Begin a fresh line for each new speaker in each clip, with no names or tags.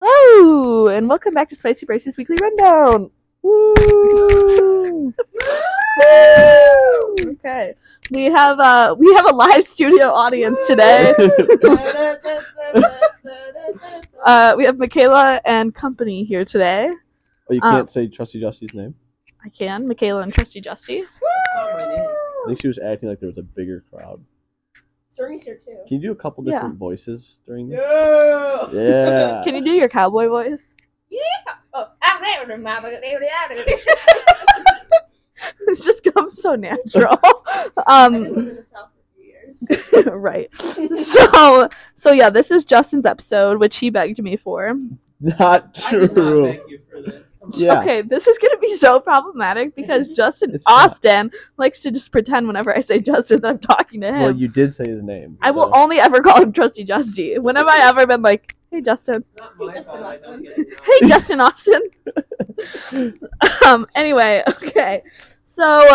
Oh, and welcome back to Spicy Braces Weekly Rundown. Woo! Woo! Okay, we have uh we have a live studio audience today.
Oh,
Uh, we have Michaela and company here today.
Oh, you
Um,
can't say Trusty Justy's name.
I can Michaela and Trusty Justy.
I think she was acting like there was a bigger crowd.
Stormy's here too. Oh,
Can you do a couple
Yeah.
different voices during this?
Yeah.
Yeah.
Can you do your cowboy voice?
Oh, I'm there with my
it just comes so natural. um, right. So so yeah, this is Justin's episode, which he begged me for.
Not
I did not
true.
thank you for this. Come on.
Yeah.
Okay, this is gonna be so problematic because Justin
It's not.
Austin likes to just pretend whenever I say Justin that I'm talking to him.
Well, you did say his name.
I will
so-
only ever call him Trusty Justy. When have I ever been like, hey Justin,
It's not my
Just
fault. I don't
enough.
get it.
hey Justin Austin? um. Anyway, okay. So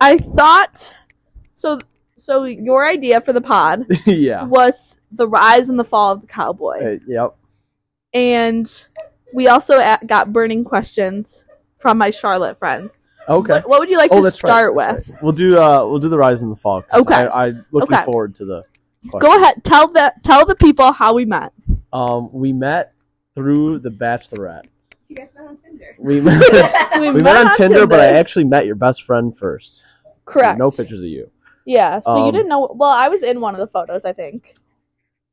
I thought, so so your idea for the pod
yeah.
was the rise and the fall of the cowboy.
Hey, yep.
and we also a got burning questions from my Charlotte friends.
Okay.
What, what would you like to
right,
start
Oh, that's
with?
right. We'll do. Uh, we'll do the rise and the fall. 'cause
Okay.
I, I'm looking
Okay.
forward to the.
Go ahead, tell the tell the people how we met.
Um, we met through the Bachelorette.
You guys met on Tinder.
We met.
We,
we met on Tinder, but I actually met your best friend first.
correct.
No pictures of you.
Yeah, so you
Um,
didn't know. Well, I was in one of the photos, I think,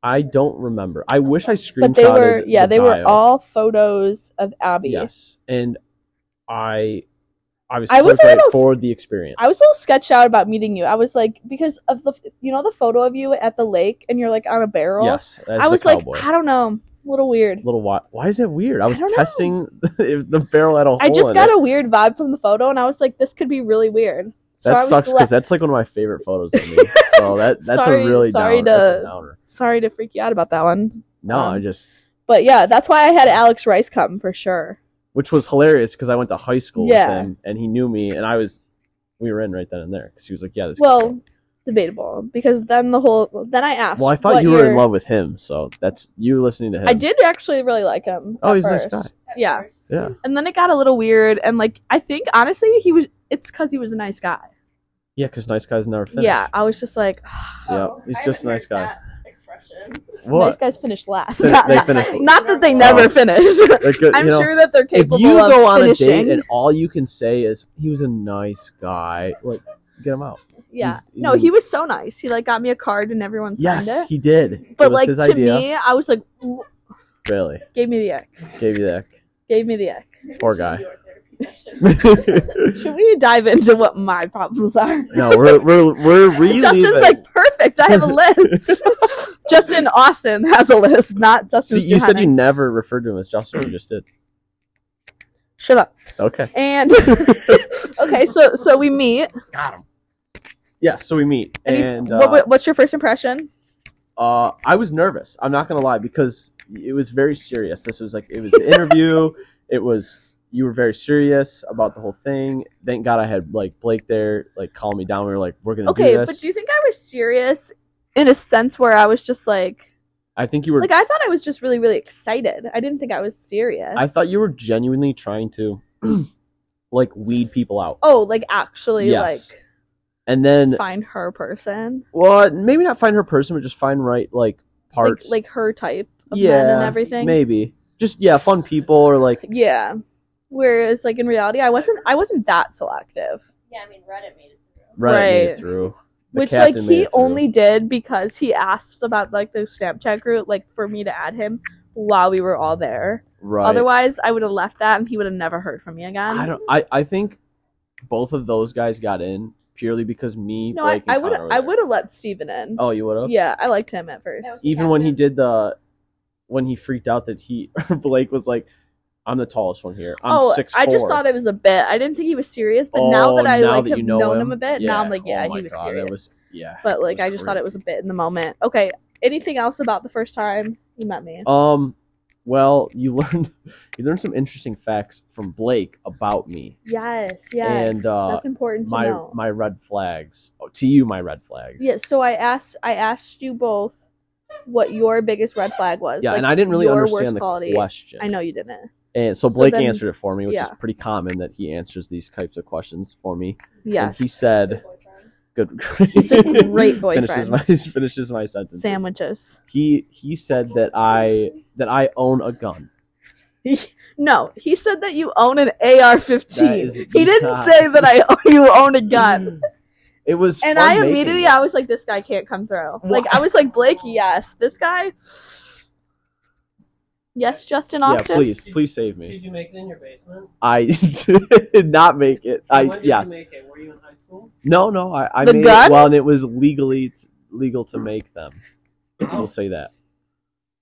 I don't remember. I wish I screenshotted.
but they were yeah,
the
they were
bio.
all photos of Abby.
Yes, and I obviously
I
I
was
was
a little-
for the experience.
I was a little sketched out about meeting you. I was like, because of the, you know, the photo of you at the lake and you're like on a barrel.
yes. As
I was
the
like,
cowboy.
I don't know, a little weird.
little why? Why is that weird? I was
don't know.
testing the, the barrel at a hole.
I just
in
got
it.
a weird vibe from the photo, and I was like, this could be really weird. So I
That
was
sucks
gla-
because that's like one of my favorite photos of me. so that that's
Sorry-
a really
sorry
downer. That's
to-
a downer.
Sorry to freak you out about that one.
No,
um,
I just
But yeah, that's why I had Alex Rice come for sure.
which was hilarious because I went to high school
Yeah.
with him and he knew me and I was we were in right then and there because he was like yeah this. kid's
Well,
cool.
debatable because then the whole then I asked.
well I thought
what
you were
your-
in love with him, so that's you listening to him.
I did actually really like him.
Oh,
at
he's a nice
first.
guy.
Yeah.
Yeah,
And then it got a little weird, and like I think honestly he was. It's because he was a nice guy.
yeah, because nice guys never finish.
Yeah, I was just like, "Ah,
Oh,
Yeah, he's just a nice guy.
Expression.
what?
nice guys finish last.
Fin-
not,
they
not-
finish
not that they never
Oh.
finish.
Like, uh,
I'm
you know,
sure that they're
if
capable
you
of
go on
finishing.
a date and all you can say is he was a nice guy, like get him out.
Yeah.
He's-
no, he was so nice. He like got me a card and everyone signed
Yes,
it.
he did. it
But
was
like
his
to
idea.
me, I was like, "Ooh,"
really
gave me the ick.
gave you that.
Gave me the ick.
Poor guy.
Your therapy session.
Should we dive into what my problems are?
no, we're we're we're really
Justin's like perfect. I have a list. Justin Austin has a list, not Justin.
you said you
Suhanek.
never referred to him as Justin. You just did.
Shut up.
Okay,
And okay, so so we meet.
got him. Yeah, so we meet,
And, you-
and
what-
uh,
what, what's your first impression?
uh, I was nervous. I'm not gonna lie because it was very serious. This was like it was an interview. it was you were very serious about the whole thing. Thank God I had like Blake there, like calm me down. We were like, we're gonna
Okay,
do this.
but do you think I was serious in a sense where I was just like,
I think you were.
like I thought I was just really really excited. I didn't think I was serious.
I thought you were genuinely trying to like weed people out.
Oh, like actually,
Yes. And then,
like find her person,
well, maybe not find her person, but just find right like
like
parts,
like her type of
yeah,
men and everything.
Maybe just yeah, fun people or like
Yeah. Whereas, like in reality, I wasn't I wasn't that selective,
yeah, I mean, Reddit made it through.
Reddit made
Right.
it through. The
which like
captain made
he
it through.
only did because he asked about like the Snapchat group, like for me to add him while we were all there.
right.
Otherwise, I would have left that, and he would have never heard from me again.
I don't. I I think both of those guys got in purely because me.
No, I
Blake, and
I would
Connor were
I
there.
would have let Steven in.
Oh, you would have.
Yeah, I liked him at first.
That was-
Even when he did the, when he freaked out that he Blake was like, I'm the tallest one here. I'm
oh,
six.
I just
four."
thought it was a bit. I didn't think he was serious, but now
Oh,
that I
now
like
that
have
you know
known him.
him,
a bit, now I'm like, yeah,
oh
he
my
was
God, that
serious.
was- yeah.
but like
was
I just thought it was a
crazy.
bit in the moment. Okay, anything else about the first time you met me?
Um, well, you learned you learned some interesting facts from Blake about me.
yes, yes,
and, uh,
that's important to
My
know.
my red flags. Oh, to you, my red flags.
yeah, so I asked, I asked you both what your biggest red flag was.
Yeah,
like,
and I didn't really
your worst
understand the
quality.
question.
I know you didn't.
And so
So
Blake
then-
answered it for me, which
yeah.
is pretty common that he answers these types of questions for me. And
Yes.
he said,
Boyfriend.
"Good."
He's a great
Finishes
boyfriend.
my finishes my sentence.
Sandwiches.
He he said that I that I own a gun.
No, he said that you own an AR-15.
That is
He
the
didn't
top. Mm.
say that I own, you own a gun.
It was.
And
fun
I
making
immediately,
it.
I was like, this guy can't come through. Like, I was like, Blake, yes. This guy. Yes, Justin
Yeah,
Austin.
please, please save
Did
me.
you make it in your basement?
I did not make it.
when
I
did
yes.
you make it? Were you in high school?
No, no. I, I
The
made
gun?
it. Well, and it was legally t- legal to make them.
Oh.
I'll say that.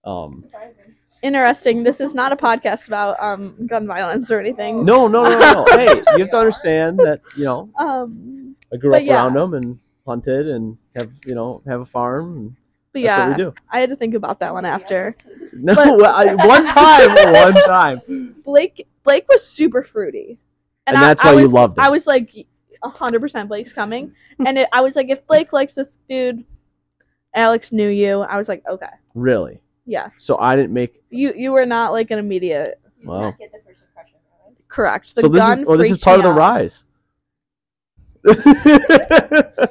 Um.
Surprising.
Interesting. This is not a podcast about um gun violence or anything.
No, no, no, no. no. hey, you have to understand that you know
Um,
I grew
But
up
yeah.
around them and hunted and have you know have a farm. And
but
That's
yeah,
what we do.
I had to think about that one after.
No,
But-
well, I, one time, one time, and,
Blake Blake was super fruity, I-
that's
I
why you
was-
loved it.
I was like, hundred percent Blake's coming, and it, I was like, if Blake likes this dude, Alex knew you. I was like, okay,
really.
yeah,
So I didn't make.
you you were not like an immediate
You did
Wow.
not get the first impression, right?
correct. The
so this
gun
is well, this is
freaked
part of
me
the
out.
rise.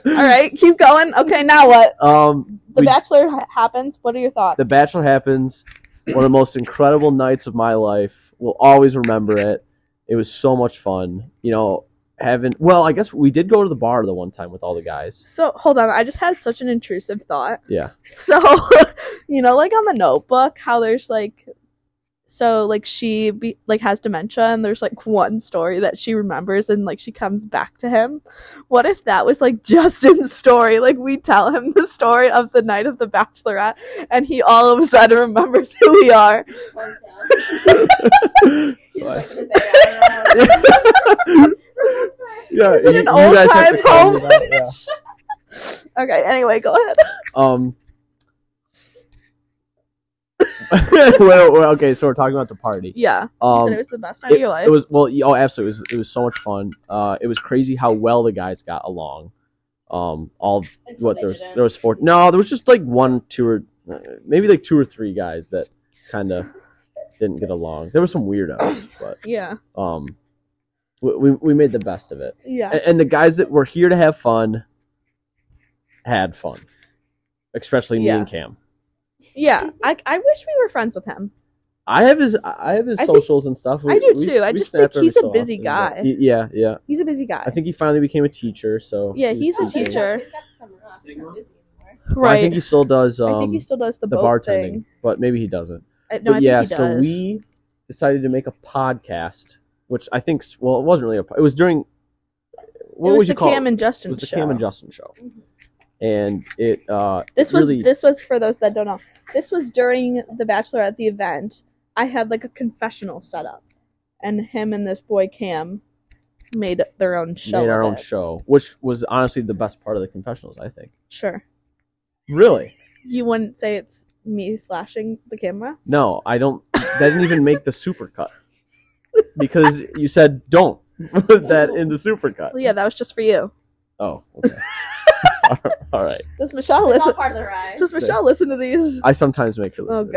All right, keep going. Okay, now what?
Um,
The
we-
Bachelor ha- happens. What are your thoughts?
The Bachelor happens. One of the most incredible nights of my life. We'll always remember it. It was so much fun. You know, having well, I guess we did go to the bar the one time with all the guys.
so hold on, I just had such an intrusive thought.
Yeah.
So, you know, like on the Notebook, how there's like, so like she be, like has dementia, and there's like one story that she remembers, and like she comes back to him. What if that was like Justin's story? Like we tell him the story of the night of the Bachelorette, and he all of a sudden remembers who we are.
Thumbs down. She's
So I-
just like, "I don't know."
yeah,
Is it an old-time
tell me
home?
that, yeah.
Okay. Anyway, go ahead.
Um. well, well, okay, so we're talking about the party.
Yeah. You
Um,
said it was the best night
it,
of your life.
it was well, yeah, oh, absolutely, it was, it was so much fun. Uh, it was crazy how well the guys got along. Um, all
Until
what
they
there was
didn't.
there was four. No, there was just like one, two, or uh, maybe like two or three guys that kind of didn't get along. There were some weirdos, but
yeah.
um, we we, we made the best of it.
Yeah.
and, and the guys that were here to have fun had fun especially me
Yeah.
and cam
Yeah, I, I wish we were friends with him.
i have his i have his
I think-
socials and stuff
I do too. I just
snap
think
every
he's a
so
busy
often,
guy.
but- y- yeah yeah
He's a busy guy.
i think he finally became a teacher so
Yeah, he's a
Oh,
was
they
teaching.
teacher.
got- they got summer off, it's not busy anymore.
Well,
right.
i think he still does um
he still does the,
the
boat
bartending
thing.
but maybe he doesn't
I, no,
but
I
yeah
think he does.
so we decided to make a podcast which i think s- well it wasn't really a po- it was during what
it was
would you
the
call
Cam
it
and
it
Justin
was the
show.
cam and justin show
Mhm.
and it uh
this was
really-
this was for those that don't know. This was during the Bachelor at the event. I had like a confessional set up, and him and this boy Cam made their own show.
made our
of
own
it.
show, which was honestly the best part of the confessionals, I think.
Sure,
Really?
you wouldn't say it's me flashing the camera.
No, I don't. That didn't even make the supercut because you said don't put that in the supercut.
Well, yeah, that was just for you.
Oh, okay. All right.
Does Michelle
It's all
listen?
part of the ride.
Does Michelle listen to these?
I sometimes make her
Oh
listen. to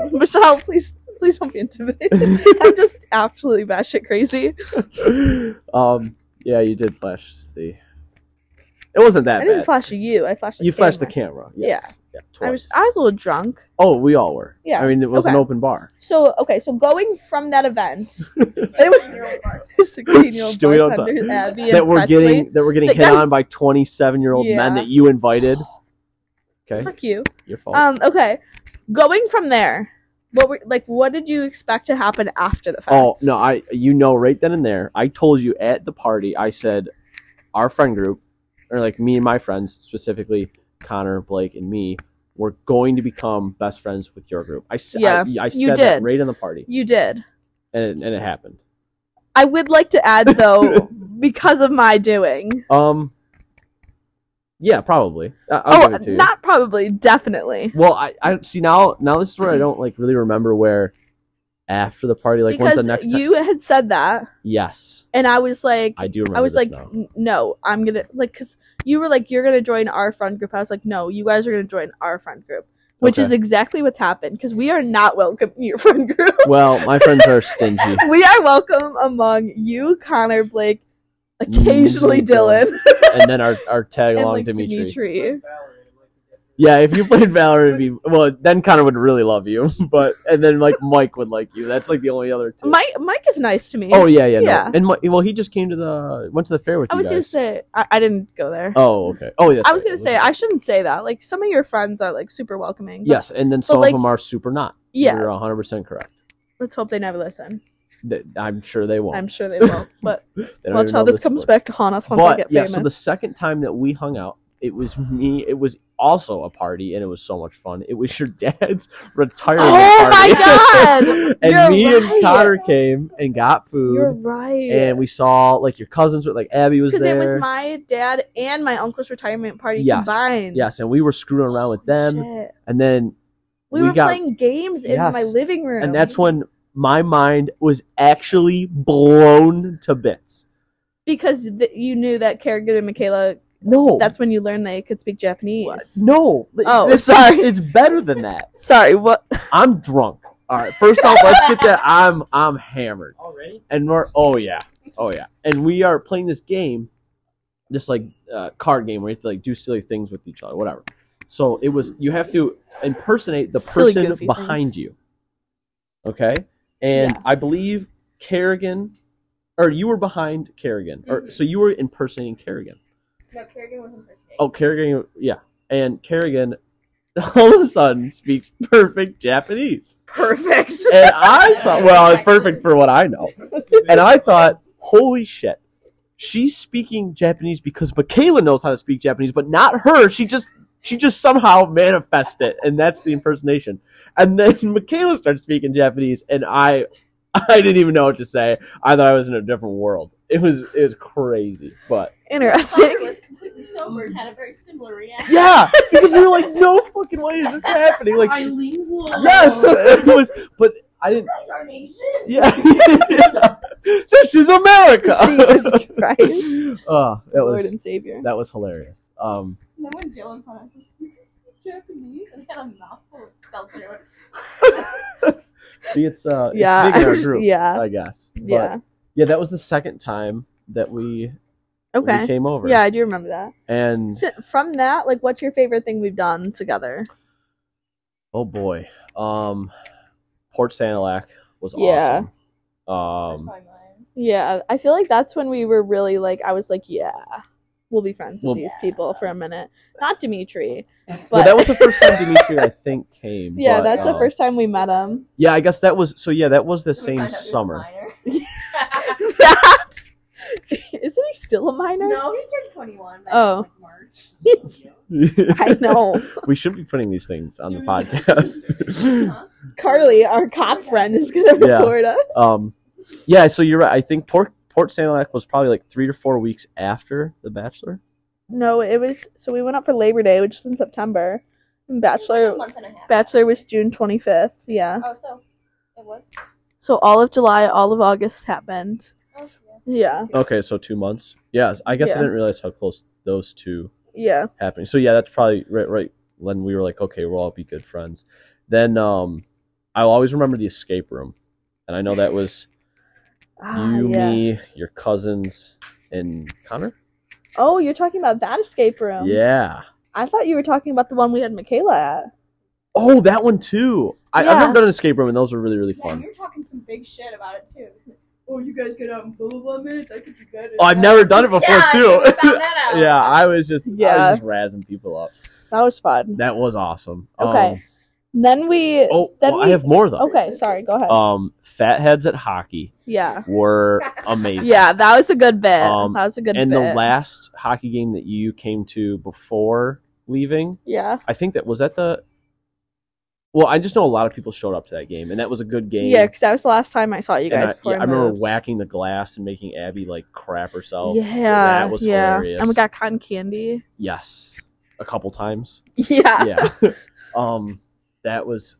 God, Michelle, please, please don't be intimidated. I'm just absolutely batshit crazy.
this. Um. Yeah, you did flash the. It wasn't that
I didn't
bad.
flash you. I flashed. The
you flashed the camera.
Yeah.
Yes. Yeah.
I
Twice.
was. I was a little drunk.
Oh, we all were.
Yeah,
I mean, it was an
okay.
open bar.
So okay, so going from that event,
Seventeen-year-old Bart.
sixteen-year-old
Do we all
bartender uh, Abby
that
and
we're
Presley,
getting that we're getting
That
hit
guys-
on by 27 year old men
Yeah.
that you invited. Okay,
Fuck you.
your fault.
Um. Okay, going from there, what were like? What did you expect to happen after the fact?
oh no, I you know right then and there. I told you at the party. I said our friend group, or like me and my friends specifically, Connor, Blake, and me. We're going to become best friends with your group. I said,
Yeah,
I, I said
you
that
did.
right in the party,
You did.
and it, and it happened.
I would like to add though, because of my doing.
Um, yeah, probably. I, I'll give
Oh,
it to you.
not probably, definitely.
Well, I, I see now. Now this is where I don't like really remember where after the party. Like,
because
when's the next? time?
you had said that,
Yes,
and I was like,
I do remember.
I was
this
like,
now.
"N- no, I'm gonna like, cause you were like, you're gonna join our friend group. I was like, no, you guys are gonna join our friend group. which
Okay.
is exactly what's happened because we are not welcome in your friend group.
Well, my friends are stingy.
we are welcome among you, Connor, Blake, occasionally
Usually Dylan.
Dylan,
And then our, our tag
and
along
like
Dimitri.
Dimitri.
Yeah, if you played Valor, it'd be well. Then Connor would really love you, but and then like Mike would like you. That's like the only other two.
Mike, Mike is nice to me.
oh yeah, yeah, no.
Yeah.
And Mi- well, he just came to the went to the fair with
I
you
was gonna
guys.
say I, I didn't go there.
oh okay. Oh yeah.
I was gonna say I shouldn't say that. Like some of your friends are like super welcoming. but-
yes, and then some
like-
of them are super not.
Yeah.
you're 100 percent correct.
Let's hope they never listen.
Th- I'm sure they won't.
I'm sure they will. But
They don't
watch
even
how
know
this comes
story.
back to haunt us once I
But
get
yeah,
famous.
so the second time that we hung out, it was me. It was also a party, and it was so much fun. It was your dad's retirement
Oh my
party.
God!
and
You're
me
right.
and Connor came and got food.
You're right.
and we saw like your cousins with like Abby was
because
there.
it was my dad and my uncle's retirement party
yes,
combined.
yes, and we were screwing around with them,
Shit.
and then
We,
we
were
got-
playing games in
Yes.
my living room.
and that's when my mind was actually blown to bits.
because th- you knew that Kerrigan and Michaela.
No,
That's when you learned they could speak Japanese.
Oh. what? no.
Oh,
it's,
sorry.
It's better than that.
Sorry, what?
I'm drunk. All right, first off, let's get that. I'm I'm hammered.
Already?
and we're oh yeah oh yeah and we are playing this game this like uh, card game where you have to like do silly things with each other whatever so it was you have to impersonate the
Silly,
person
goofy
behind you okay and
Yeah.
i believe kerrigan or you were behind kerrigan or
Mm-hmm.
Mhm.
so you were impersonating kerrigan
No, Kerrigan was impersonating.
oh kerrigan yeah and kerrigan all of a sudden speaks perfect japanese
Perfect.
and i thought well it's perfect for what i know and I thought, holy shit, she's speaking Japanese because Michaela knows how to speak Japanese, but not her. She just she just somehow manifests it, and that's the impersonation. And then Michaela starts speaking Japanese, and I I didn't even know what to say. I thought I was in a different world. It was it was crazy, but
Connor
Interesting.
was completely sober and had a very similar reaction.
yeah, because we were like, no fucking way is this happening. Like, she-
Eileen Wolf.
yes, it was, but I didn't.
Those are nations.
Yeah, this is America.
Jesus Christ,
Oh, that
Lord
was
and Savior.
That was hilarious. Um,
And then when Jill and Connor were like, you can speak Japanese and had a mouthful of seltzer.
see, it's uh, it's
yeah,
big in our group,
yeah,
I guess. But,
yeah.
yeah, that was the second time that we, we
Okay.
came over. Mm.
Yeah, I do remember that.
and
So, from that, like, what's your favorite thing we've done together?
oh boy, um, Port Sanilac was
Yeah.
awesome. Um,
Probably mine.
Yeah, I feel like that's when we were really like, I was like, yeah, we'll be friends with
Well-
these people for a minute. Not Dimitri, but
well, that was the first time Dimitri, I think, came.
yeah,
but,
that's the
uh,
first time we met him.
Yeah, I guess that was so. Yeah, that was the
We
same
found out he was
summer.
minor.
Isn't he still a minor?
no, he turned 21 back
Oh.
in like, March.
I know.
we should be putting these things on the
You're-
podcast.
Huh?
Carly, our cop friend, is gonna
Yeah.
record us.
Um, yeah, so you're right. I think Port Port Sanilac was probably like three to four weeks after The Bachelor.
No, it was so we went up for Labor Day, which is in September. And
A
Bachelor
month and a half.
Bachelor was June twenty fifth. Yeah.
Oh, so it was.
So all of July, all of August happened.
Oh,
Yeah,
Okay, so two months. Yeah, I guess I
Yeah.
didn't realize how close those two
yeah.
happened. So yeah, that's probably right. Right when we were like, okay, we'll all be good friends. Then um, I'll always remember the escape room, and I know that was
Ah,
you,
yeah.
me, your cousins, and Connor.
Oh, you're talking about that escape room.
yeah.
I thought you were talking about the one we had Michaela at.
Oh, that one too. I, I've
Yeah.
never done an escape room, and those were really really
Yeah,
fun.
you're talking some big shit about it too. Oh, you guys get out in blah blah blah minutes. I could do better.
Oh, I've never done it before
yeah,
too.
I found that out.
yeah, I was just I
Yeah.
was just razzing people up.
That was fun.
That was awesome.
Okay.
Um,
Then we.
oh,
Then
well, I
we-
have more though.
Okay, sorry. Go ahead.
Um, fatheads at hockey
yeah.
were amazing.
Yeah, that was a good bit.
Um,
that was a good
and
bit.
the last hockey game that you came to before leaving,
yeah.
I think that was at the. Well, I just know a lot of people showed up to that game, and that was a good game.
Yeah, because that was the last time I saw you
And
guys.
I,
before
yeah, I remember
moved.
whacking the glass and making Abby like crap herself.
Yeah,
That was
yeah.
hilarious.
And we got cotton candy.
Yes, a couple times.
Yeah.
Yeah. um, that was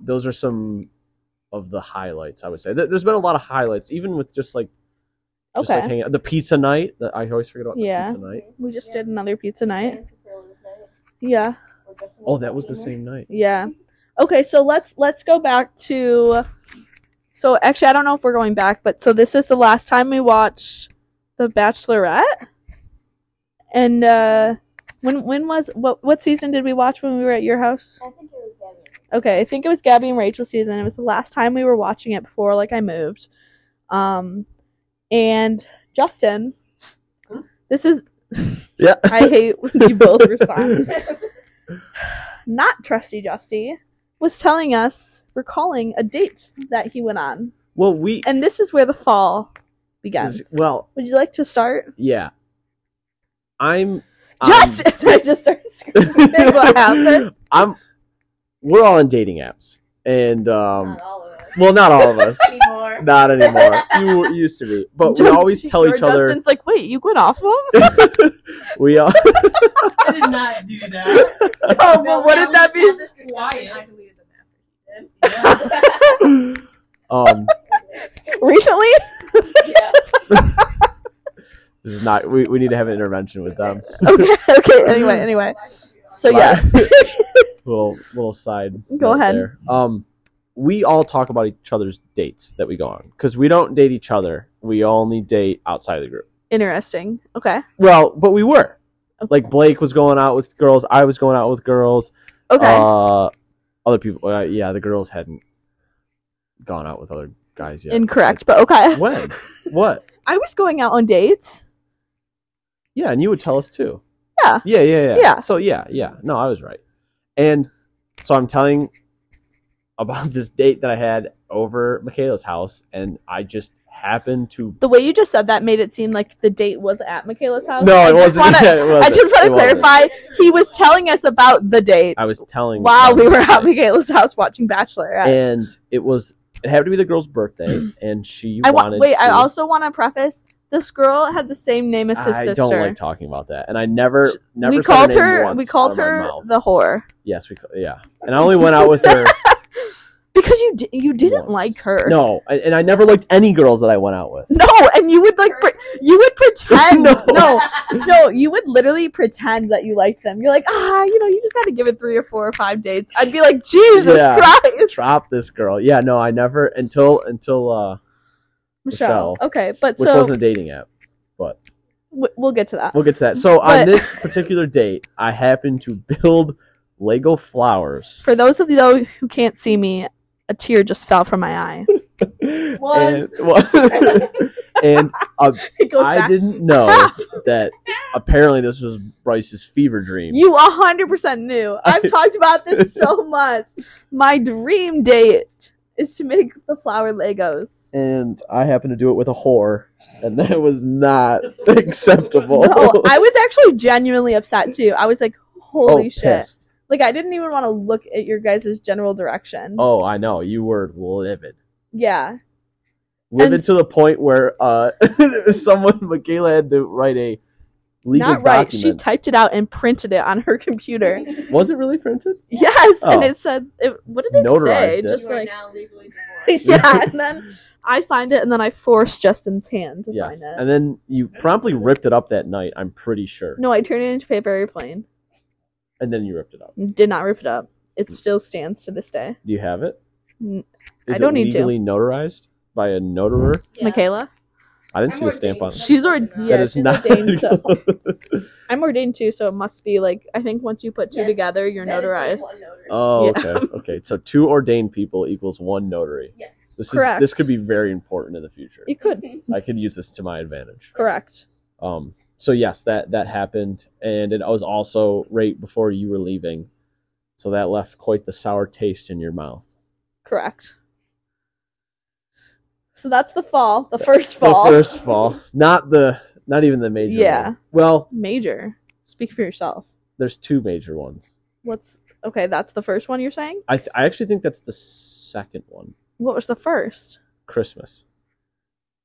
those are some of the highlights I would say. There- There's been a lot of highlights, even with just like just
Okay.
like hanging out. the pizza night. The, I always forget about
Yeah.
the pizza night.
we just did another pizza night.
It's a really good night.
Yeah.
We're guessing
Oh,
what
that was the
same.
same night.
Yeah. Okay, so let's let's go back to so actually I don't know if we're going back, but so this is the last time we watched The Bachelorette. And uh when when was what what season did we watch when we were at your house?
I think it was Gabby.
Okay, I think it was Gabby and Rachel season. It was the last time we were watching it before like I moved. Um and Justin.
Huh?
This is
Yeah.
I hate when you both respond not Trusty Justy, was telling us, recalling a date that he went on.
well, we.
And this is where the fall begins.
Well,
Would you like to start?
yeah. I'm. I'm-
Justin! I just started screaming what happened.
I'm. We're all on dating apps, and um,
Not all of us
well, not all of us,
anymore.
not anymore. You were- used to be, but we
Just-
always tell
or
each other.
Justin's like, wait, you went off of?
We all.
I did not do that.
no,
Oh,
but Oh, what did that be?
Quiet. I deleted the map.
Yeah.
um,
Recently?
yeah.
this is not. We, we need to have an intervention with them.
Okay, okay, anyway, anyway. So, yeah.
little little side.
Go
note
ahead.
there. Um, we all talk about each other's dates that we go on because we don't date each other. We only date outside of the group.
Interesting. Okay.
Well, but we were.
Okay.
Like Blake was going out with girls. I was going out with girls.
Okay.
Uh, other people. Uh, yeah, the girls hadn't gone out with other guys yet.
Incorrect, but okay.
When? what?
I was going out on dates.
Yeah, and you would tell us too.
Yeah.
Yeah, yeah, yeah.
Yeah.
So yeah, yeah. No, I was right. And so I'm telling about this date that I had over Michaela's house, and I just happened to.
The way you just said that made it seem like the date was at Michaela's house.
No,
I
it
just
wasn't.
wanna-
yeah, it
I
wasn't.
just want
It
to
wasn't.
clarify. He was telling us about the date.
I was telling.
while we were at
having,
Michaela's house watching Bachelor.
and it was. It happened to be the girl's birthday, and she
I want
wanted.
wait. I
to-
also want to preface this girl had the same name as his
I
sister.
don't like talking about that, and I never, never.
we
said
called
her. name
her.
once
We called
out of my
her
mouth.
the whore
Yes, we. ca- Yeah, and I only went out with her.
because you di- you didn't
Once.
like her.
No, I- and I never liked any girls that I went out with.
No, and you would like pre- you would pretend
No.
no. no you would literally pretend that you liked them. You're like ah you know you just got to give it three or four or five dates. I'd be like Jesus
Yeah.
Christ,
Drop this girl. Yeah, no, I never until until uh,
Michelle.
Michelle.
Okay, but
which
so
wasn't a dating app.
w- we'll get to that.
We'll get to that. So on
But-
this particular date, I happened to build Lego flowers.
For those of you though who can't see me, a tear just fell from my eye.
And, and
It goes
I
back.
didn't know that apparently this was Bryce's fever dream.
You 100% knew. I've talked about this so much. My dream date is to make the flower Legos.
and I happened to do it with a whore, and that was not acceptable.
No, I was actually genuinely upset too. I was like,
Oh,
holy shit.
pissed.
Like, I didn't even want to look at your guys' general direction.
Oh, I know. You were livid.
Yeah.
livid
And-
to the point where uh, someone Michaela had to write a legal
Not right. She
document.
typed it out and printed it on her computer.
was it really printed?
yes. And
Oh.
it said, it, what did it
Notarized
say?
it.
Just
you are
like,
now legally divorced.
yeah. And then I signed it and then I forced Justin's hand to
yes.
sign it.
And then you promptly ripped it up that night. I'm pretty sure.
No, I turned it into paper airplane.
And then you ripped it up.
Did not rip it up.
Mm.
It still stands to this day.
Do you have it?
N-
Is
I don't
it
need to.
legally notarized by a notarer?
Yeah.
Michaela,
I didn't
I'm
see a stamp on
ordained.
it.
she's already.
That
Yeah,
that is
she's
not.
ordained. So I'm ordained too, so it must be like I think once you put two
Yes.
together, you're
That is
notarized.
just one notary.
oh,
Yeah.
okay. Okay. So two ordained people equals one notary.
yes.
This
Correct.
is this could be very important in the future.
You could
I could use this to my advantage.
correct.
Um, so yes, that that happened, and it was also right before you were leaving, so that left quite the sour taste in your mouth.
Correct. So that's the fall, the first fall.
The first fall, not the not even the major.
Yeah.
one. Well,
Major. Speak for yourself.
there's two major ones.
What's okay? That's the first one you're saying.
I th- I actually think that's the second one.
What was the first?
Christmas.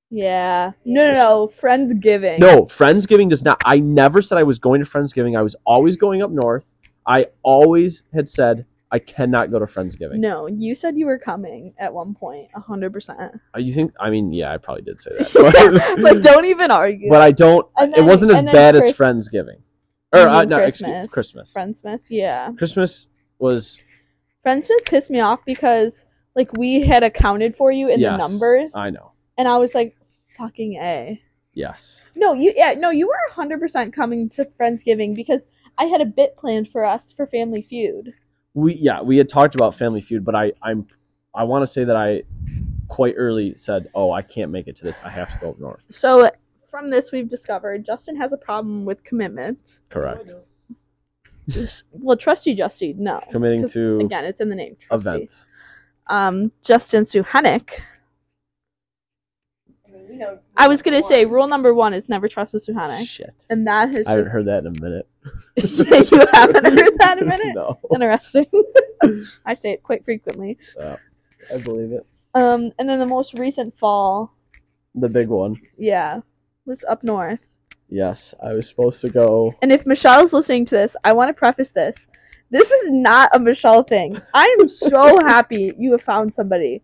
Yeah. No, no, no. Friendsgiving.
No, Friendsgiving does not. I never said I was going to Friendsgiving. I was always going up north. I always had said I cannot go to Friendsgiving.
No, you said you were coming at one point, a hundred percent.
Uh, You think? I mean, yeah, I probably did say that.
But don't even argue.
but I don't.
And
it
then-
wasn't as
and then
bad as
Chris-
Friendsgiving. Or
You
uh,
mean
no, excuse
Christmas.
Christmas.
Friendsmas, yeah.
Christmas was
Friendsmas pissed me off because like we had accounted for you in the
Yes,
numbers,
I know.
and I was like, "Fucking a."
Yes.
No, you yeah, no, you were hundred percent coming to Friendsgiving because I had a bit planned for us for Family Feud.
We yeah, we had talked about Family Feud, but I I'm I want to say that I quite early said, "Oh, I can't make it to this. I have to go up north."
So from this, we've discovered Justin has a problem with commitment.
Correct.
Just- well, trusty Justy, no,
Committing
'Cause,
to
again, it's in the name. Trusty.
events.
Um, Justin Suhanik.
I mean, you know.
I was gonna say rule number one is never trust a Suhanik,
Shit.
and that has.
I haven't
just-
heard that in a minute.
you haven't heard that in a minute.
no.
Interesting. I say it quite frequently.
I believe it.
Um, and then the most recent fall,
The big one.
yeah, was up north.
Yes, I was supposed to go.
And if Michelle's listening to this, I want to preface this. This is not a Michelle thing. I am so happy you have found somebody.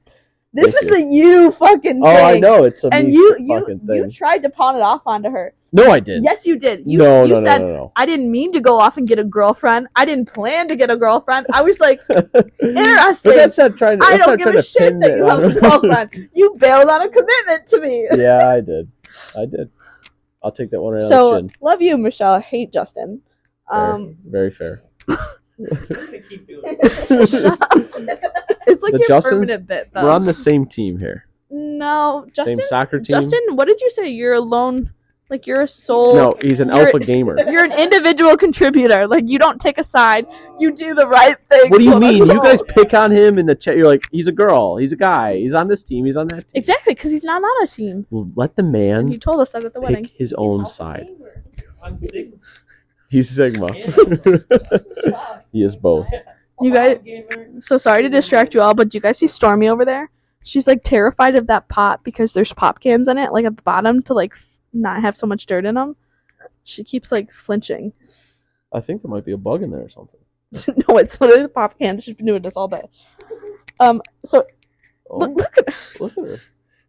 This
Thank
is a you fucking thing.
Oh, I know it's a
And
me
you you
fucking
you
thing.
tried to pawn it off onto her.
no, I didn't.
Yes, you did. You
no,
you
no,
said
no, no,
I didn't mean to go off and get a girlfriend. I didn't plan to get a girlfriend. I was like
no.
interesting.
But that's not trying. To,
I
that's
don't
not
give
trying
a
to
shit
pin
that you
on-
have a girlfriend. You bailed on a commitment to me.
yeah, I did. I did. I'll take that one right out of
So
the chin.
love you, Michelle. Hate Justin.
Fair.
Um,
Very fair.
it's like
The
your
Justins-
permanent bit though.
We're on the same team here.
No, Justin.
Same soccer team.
Justin, what did you say? You're a lone, like you're a soul.
no, he's an
You're-
alpha gamer.
You're an individual contributor. Like you don't take a side. You do the right thing.
What do you
quote,
mean? You
unquote.
guys pick on him in the chat. You're like, he's a girl. He's a guy. He's on this team. He's on that team.
exactly because he's not on a team.
Well, Let the
And he
man
told us that at the wedding.
pick his own side.
I'm sick.
He's Sigma. He is both.
You guys- So sorry to distract you all, but do you guys see Stormy over there? She's like terrified of that pot because there's pop cans in it, like at the bottom, to like f- not have so much dirt in them. She keeps like flinching.
I think there might be a bug in there or something.
no, it's literally the pop can. She's been doing this all day. Um. So
Oh,
look,
look
look at
at her.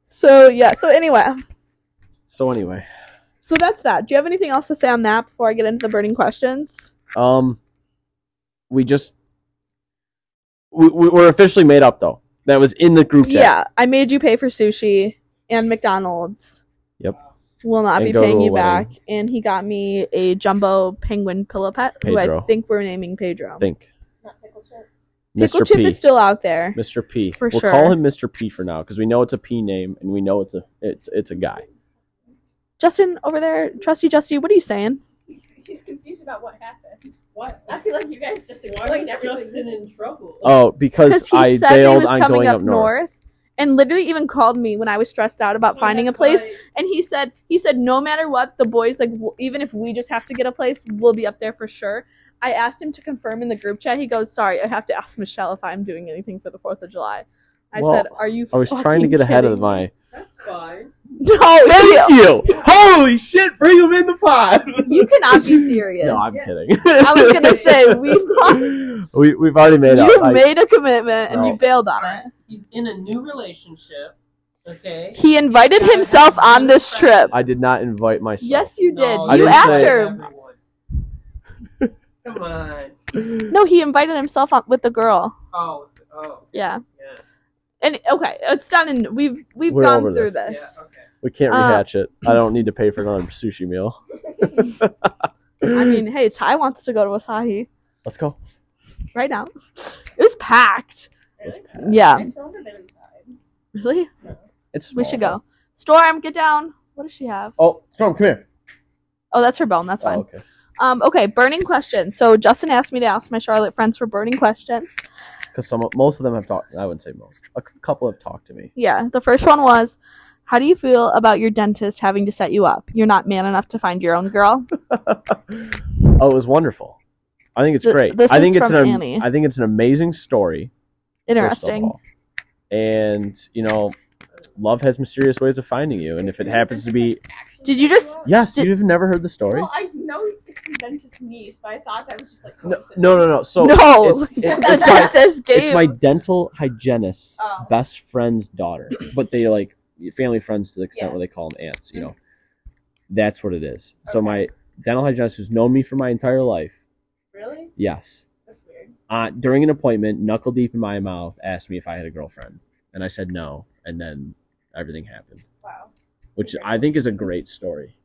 So yeah. So anyway,
So anyway,
so that's that. Do you have anything else to say on that before I get into the burning questions?
um, we just we, we we're officially made up though. That was in the group chat.
Yeah, I made you pay for sushi and McDonald's.
Yep.
Will not
And
be
go to
paying
a
you back.
wedding.
And he got me a jumbo penguin pillow pet, who I
Pedro.
think we're naming Pedro.
Think,
Pickle
Mr.
chip
P.
is still out there.
Mr. P.
For
we'll
sure.
call him Mr. P for now because we know it's a P name and we know it's a it's it's a guy.
Justin over there, trusty Justy, what are you saying?
She's confused about what happened.
What?
I feel like you guys just
Why
explained
is Justin
everything.
in trouble?
Oh, because
Because he
I
said he
bailed
was
on
coming
going
up,
up
north.
north.
and literally even called me when I was stressed out about finding a place. And he said, he said, no matter what, the boys like, w- even if we just have to get a place, we'll be up there for sure. I asked him to confirm in the group chat. He goes, sorry, I have to ask Michelle if I'm doing anything for the Fourth of July. I
Well,
said, are you?
I was trying to
fucking
get ahead of
kidding
my.
That's fine.
me?" No,
Thank you. Oh, Holy shit! Bring him in the pod.
you, you cannot be serious.
No, I'm
Yeah.
kidding.
I was gonna say we've lost.
we we've already made up.
You
I-
made a commitment and
No.
you bailed on it.
He's in a new relationship. Okay.
He invited
gotta
himself
have
on this
new friends.
trip.
I did not invite myself.
Yes, you did.
No,
I
you
didn't
asked
say-
her.
Come on.
No, he invited himself on, with the girl.
Oh. Oh.
Yeah.
Yeah.
And okay, it's done and we've we've
We're
gone
over
through
this.
this.
Yeah. Okay.
We can't
Uh,
rehatch it. I don't need to pay for another sushi meal.
I mean, hey, Ty wants to go to Asahi
let's go.
right now. It was packed.
Really?
Yeah.
I've still never been inside.
Really?
It's
We
small.
should go. Storm, get down. What does she have?
Oh, Storm, come here.
Oh, that's her bone. That's
Oh,
fine.
okay.
Um, okay, burning question. So Justin asked me to ask my Charlotte friends for burning questions.
Because some most of them have talked. I wouldn't say most. A c- couple have talked to me.
Yeah, the first one was, how do you feel about your dentist having to set you up? You're not man enough to find your own girl.
Oh, it was wonderful. I think it's
Th-
great.
this
I think
is
it's
from
an am-
Annie.
I think it's an amazing story. first of
Interesting.
all. And you know, love has mysterious ways of finding you. And if it happens to be
Did you just-
yes,
Did-
you've never heard the story.
Well, I know it's the dentist's niece, but I thought that was just like.
No, no, no, no. So
no,
it's, it-
the
it's my
dentist gave.
It's my dental hygienist's
Oh.
best friend's daughter, but they like family friends to the extent
Yeah. Mm-hmm.
where they call them aunts. You know, that's what it is. So
Okay.
my dental hygienist who's known me for my entire life.
Really?
Yes.
That's weird.
Uh, during an appointment, knuckle deep in my mouth, asked me if I had a girlfriend, and I said no, and then everything happened,
Wow.
which I think is a great story.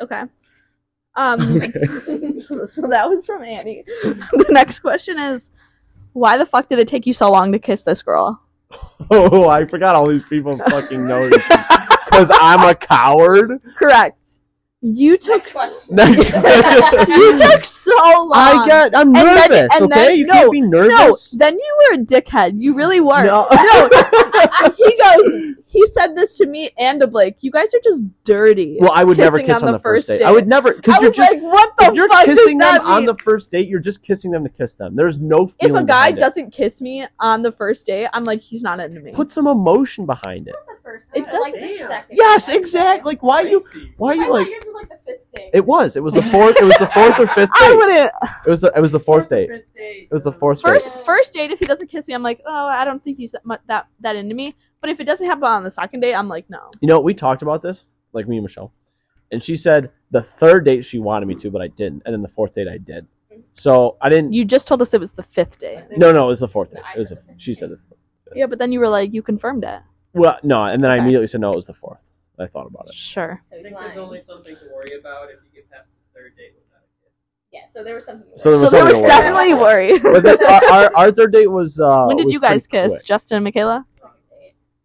Okay. Um,
Okay.
so, that was from Annie. the next question is, why the fuck did it take you so long to kiss this girl?
Oh, I forgot all these people fucking know because I'm a coward.
Correct. You took
Next question.
you took so long.
I get. I'm
then-
nervous.
and
okay,
then-
you
no,
can't be nervous.
No, then you were a dickhead. You really were.
No.
he goes. He said this to me and to Blake. You guys are just dirty.
well, I would never
Kissing
kiss on the first date.
date.
I would never
I
because you're
was
just
like, what the
if you're
fuck does
kissing
that
them on
mean?
the first date. You're just kissing them to kiss them. There's no
if
feeling
a guy
behind it.
doesn't kiss me on the first date, I'm like, he's not into me.
put some emotion behind it.
The first
It
time, like the
doesn't-
second
Yes,
time.
exactly. Like, why you?
Crazy.
Why
I
you
thought
like?
yours was like the fifth thing.
It was. It was the fourth. It was the fourth or fifth
I
date.
wouldn't.
It was. The, it was the fourth date.
Fifth date.
It was the fourth date.
First
Yeah.
first date, if he doesn't kiss me, I'm like, oh, I don't think he's that much, that that into me. But if it doesn't happen on the second date, I'm like, no.
You know, we talked about this, like me and Michelle, and she said the third date she wanted me to, but I didn't, and then the fourth date I did. So I didn't.
You just told us it was the fifth date.
No, no, it was the fourth date. It was. The, she said it.
Yeah, but then you were like, you confirmed it.
Well, no, and then I
Okay.
immediately said no. It was the fourth. I thought about it.
Sure.
So
I
he's
think there's
lying.
only something to worry about if you get past the third date without a kid.
Yeah, so there was something.
So there
So
was
there was
something to
definitely worry.
But then our, our, our third date was. Uh,
when did
was
you guys
pretty
kiss? Justin and Michaela?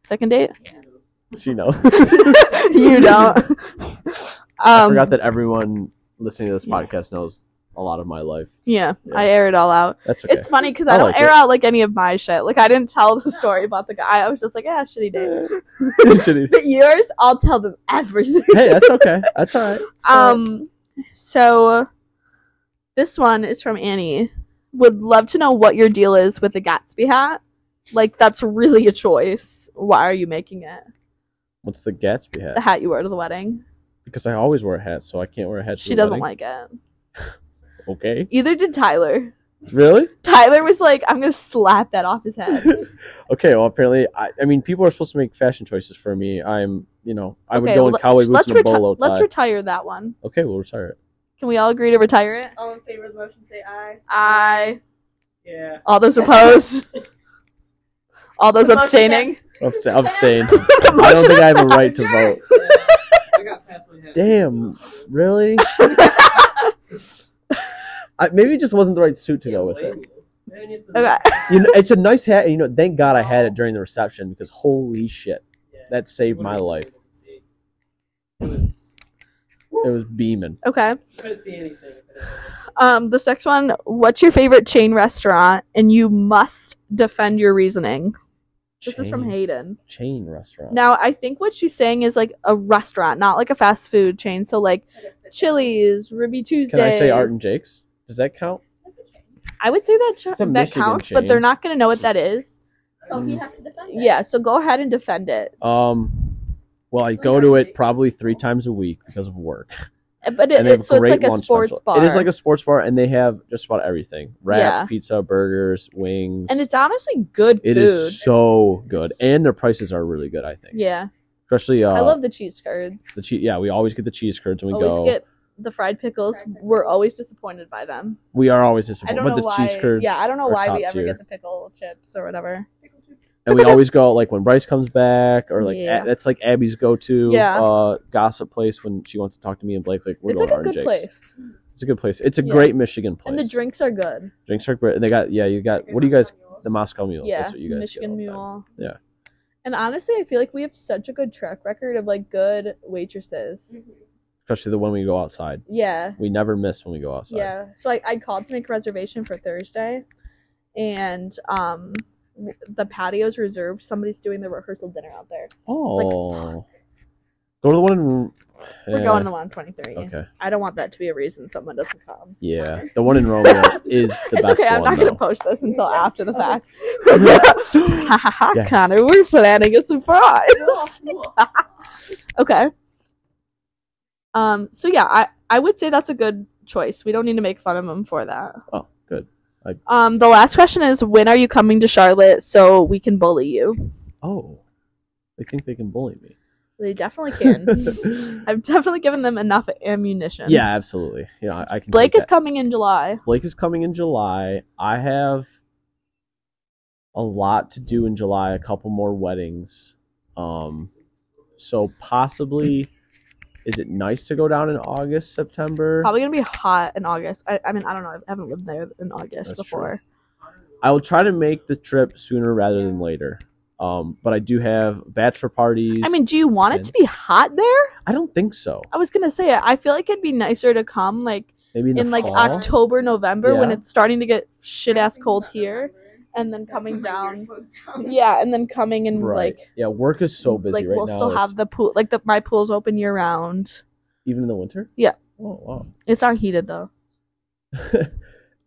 Second date?
quick. She knows.
you don't.
I
Um,
forgot that everyone listening to this
yeah.
podcast knows a lot of my life.
yeah,
Yeah.
I air it all out.
That's okay.
It's funny because
I
I don't
like
air
it.
out like any of my shit. Like I didn't tell the story about the guy. I was just like, yeah, shitty day.
hey,
But yours, I'll tell them everything.
that's okay. That's all right.
Um, so this one is from Annie. Would love to know what your deal is with the Gatsby hat. Like that's really a choice. Why are you making it?
What's the Gatsby
The
hat?
hat you wear to the wedding.
Because I always wear a hat, so I can't wear a hat. To
She
the
doesn't
wedding.
like it.
Okay.
Either did Tyler.
Really?
Tyler was like, "I'm gonna slap that off his head."
Okay. Well, apparently, I, I mean, people are supposed to make fashion choices for me. I'm, you know, I would
Okay,
go
well,
in
let-
cowboy boots
let's
and a
retire.
bolo tie.
Let's retire that one.
okay, we'll retire it.
Can we all agree to retire it?
All in favor of the motion, say aye.
Aye.
Yeah.
All those opposed. all those
The motion
abstaining.
passed.
Abstain. abstain.
The
I don't
motion
think I
is
have a
passed.
right to vote.
I got past my head.
Damn. Really? I, maybe it just wasn't the right suit to go with it.
Okay.
You know, it's a nice hat, and you know, thank God I had it during the reception because holy shit, that saved my life. It was beaming.
Okay.
Couldn't see anything. if it happened.
Um, this next one. What's your favorite chain restaurant? And you must defend your reasoning. This is from
Chain-
Hayden.
chain restaurant.
Now, I think what she's saying is like a restaurant, not like a fast food chain. So like
I guess that's-
Chili's, Ruby Tuesday.
Can I say Art and Jake's? Does that count?
that's okay.
I would say that ch-
It's a
that
Michigan
counts,
chain.
but they're not gonna know what that is.
So he has to defend it.
Yeah. So go ahead and defend it.
Um, well, I go to it probably three times a week because of work.
But it,
and they have
it, so it's
great
like a
lunch
sports
special.
bar.
It is like a sports bar, and they have just about everything: wraps,
Yeah.
pizza, burgers, wings.
and it's honestly good food.
it is so good, and their prices are really good. I think,
yeah,
especially uh,
I love the cheese curds.
the cheese. Yeah, we always get the cheese curds when we
always
go.
get the fried pickles.
Fried pickles.
We're always disappointed by them.
we are always
I
disappointed,
don't
but
know
the
why.
cheese curds.
yeah, I don't know
are
why we
top
ever
tier.
get the pickle chips or whatever.
And we always go like when Bryce comes back, or like
Yeah.
a- that's like Abby's go-to
Yeah.
uh, gossip place when she wants to talk to me and Blake. Like we're
it's
going
like a
to Art
good
and Jake's.
place,
It's a good place. It's a
Yeah.
great Michigan place.
and the drinks are good.
drinks are great. And they got yeah, you got what do you guys? The Moscow mules.
yeah,
That's what you guys.
Michigan
get all the time.
Mule.
Yeah.
And honestly, I feel like we have such a good track record of like good waitresses.
Mhm.
especially the one we go outside.
Yeah.
We never miss when we go outside.
Yeah. So I, I called to make a reservation for Thursday, and um, w- the patio's reserved. Somebody's doing the rehearsal dinner out there.
Oh. go to the one in.
We're
Yeah.
going to the one on 23.
Okay.
I don't want that to be a reason someone doesn't come.
Yeah, the one in Romeo is the
it's
best
okay. I'm
one.
not going to
though.
post this until after the fact. Ha ha ha,
Yes.
Connor, we're planning a surprise. okay. Um. So yeah, I I would say that's a good choice. We don't need to make fun of him for that.
Oh, good.
Um. The last question is, when are you coming to Charlotte so we can bully you?
Oh, they think they can bully me.
They definitely can. I've definitely given them enough ammunition.
yeah, absolutely. You know, I, I can.
Blake
take
is coming in July.
Blake is coming in July. I have a lot to do in July, a couple more weddings. Um so possibly is it nice to go down in August, September?
Probably gonna be hot in August. I, I mean, I don't know. I haven't lived there in August
That's
before.
I will try to make the trip sooner rather than later. Um but I do have bachelor parties.
I mean, do you want it
And-
to be hot there?
I don't think so.
I was gonna say I feel like it'd be nicer to come like
Maybe in,
in,
the
like
fall?
October, November when
Yeah.
it's starting to get shit ass cold here, and then coming down. Yeah, and then coming and
Right.
like
yeah, work is so busy
like
right
we'll
now.
still
It's-
have the pool like the my pool's open year round.
even in the winter?
Yeah.
Oh wow.
It's not heated though.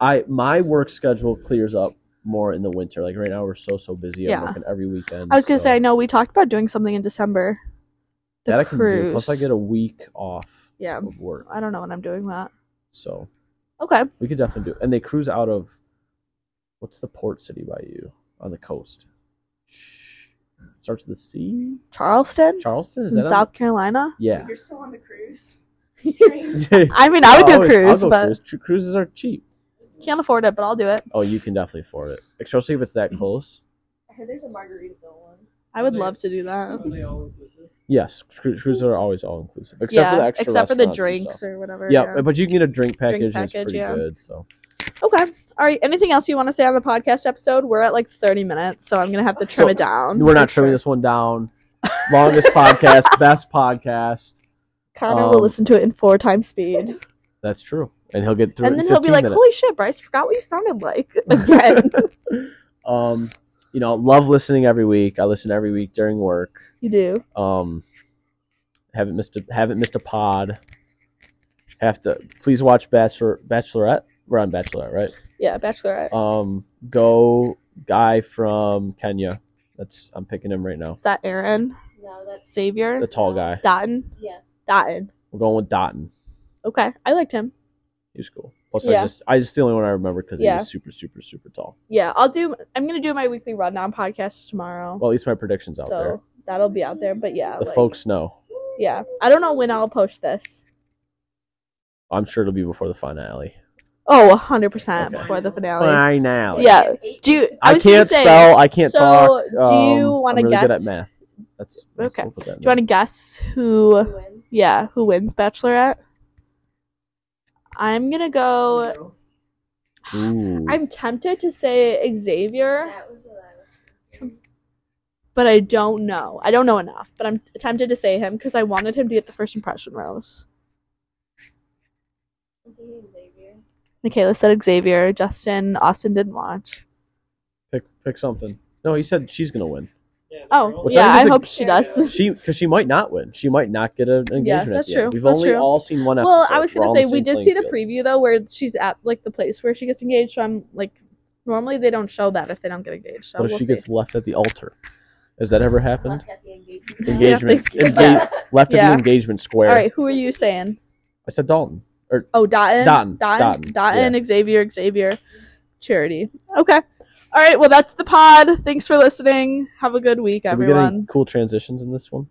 I my work schedule clears up more in the winter. Like right now, we're so so busy. I'm
Yeah.
working every weekend.
I was gonna
so
say I know we talked about doing something in December. The
that I can
cruise.
do. Plus, I get a week off
yeah.
of work,
I don't know when I'm doing that.
so
Okay.
we could definitely do. And they cruise out of what's the port city by you on the coast? Starts with the sea.
Charleston
Charleston is
in
that? on-
South Carolina.
yeah.
You're still on the cruise.
I mean, I would
I'll
go
always- I'll
cruise,
go
but
cruise. Tru- cruises are cheap.
can't afford it. But I'll do it.
Oh, you can definitely afford it, especially if it's that close.
I heard there's a Margaritaville one.
I would
Like-
love to do that.
Are they all inclusive?
Yes, cru- cruises are always all inclusive, except
yeah,
for the extra
except for the
restaurants and
drinks
stuff.
or whatever.
Yeah, but you can get a drink package.
Drink
and it's
package,
pretty
yeah.
good. So
Okay. All right. Anything else you want to say on the podcast episode? We're at like 30 minutes, so I'm going to have to trim
So,
it down.
we're not trimming this one down. Longest podcast, best podcast.
Connor will
um,
listen to it in four times speed.
That's true, and he'll get through. it
And then
in
he'll be
15
like,
minutes.
holy shit, Bryce, forgot what you sounded like again.
Um, you know, love listening every week. I listen every week during work.
you do.
Um, haven't missed a haven't missed a pod. Have to please watch Bachelor Bachelorette. We're on Bachelorette, right?
Yeah, Bachelorette.
Um, go guy from Kenya. That's I'm picking him right now.
Is that Aaron?
No, that's
Savior?
The tall guy.
Dotton?
yeah.
Dotton.
We're going with Dotton.
Okay. I liked him.
He was cool. Plus, I
Yeah.
just I just the only one I remember because he
Yeah.
was super super super tall.
Yeah, I'll do, I'm going to do my weekly rundown podcast tomorrow.
Well, at least my predictions out
so
there.
that'll be out there. But yeah.
The
like-
folks know.
Yeah. I don't know when I'll post this.
I'm sure it'll be before the finale.
Oh, 100%
Okay.
before the finale.
Finale.
Yeah.
Eight
Do you,
percent.
I,
I,
was gonna
can't
say,
spell. I can't
so,
talk.
do you
um,
wanna
I'm really good
guess?
at math. That's
Okay.
we'll put that in
Do you want to guess who?
Win.
Yeah, who wins Bachelorette? I'm gonna go.
Zero.
there. Ooh.
I'm tempted to say Xavier,
That was what I was thinking.
but I don't know. I don't know enough, but I'm tempted to say him because I wanted him to get the first impression rose.
I'm thinking Xavier.
Michaela said Xavier. Justin Austin didn't watch.
pick pick something. No, he said she's gonna win.
Yeah, they're
Oh,
all-
Which I
yeah.
think
I,
is a-
hope she does.
She because she might not win. She might not get an engagement. at
that's
the end.
true.
We've
That's
only
true.
all seen one episode.
well, I was
We're
gonna
all on
say
the
we
same
did
playing
see the
field.
preview though, where she's at like the place where she gets engaged. So I'm like, normally they don't show that if they don't get engaged. So
What if
we'll
she
see.
gets left at the altar? Has that ever happened?
Left at the engagement.
Engagement.
Yeah.
Engage- left at
Yeah.
the engagement square.
All right, who are you saying?
I said Dalton.
Oh, Dotton.
Dotton,
Dotton.
Dotton,
Dotton, Xavier, Xavier, Charity. Okay. All right, well, that's the pod. Thanks for listening. Have a good week,
Did we get
everyone.
any cool transitions in this one?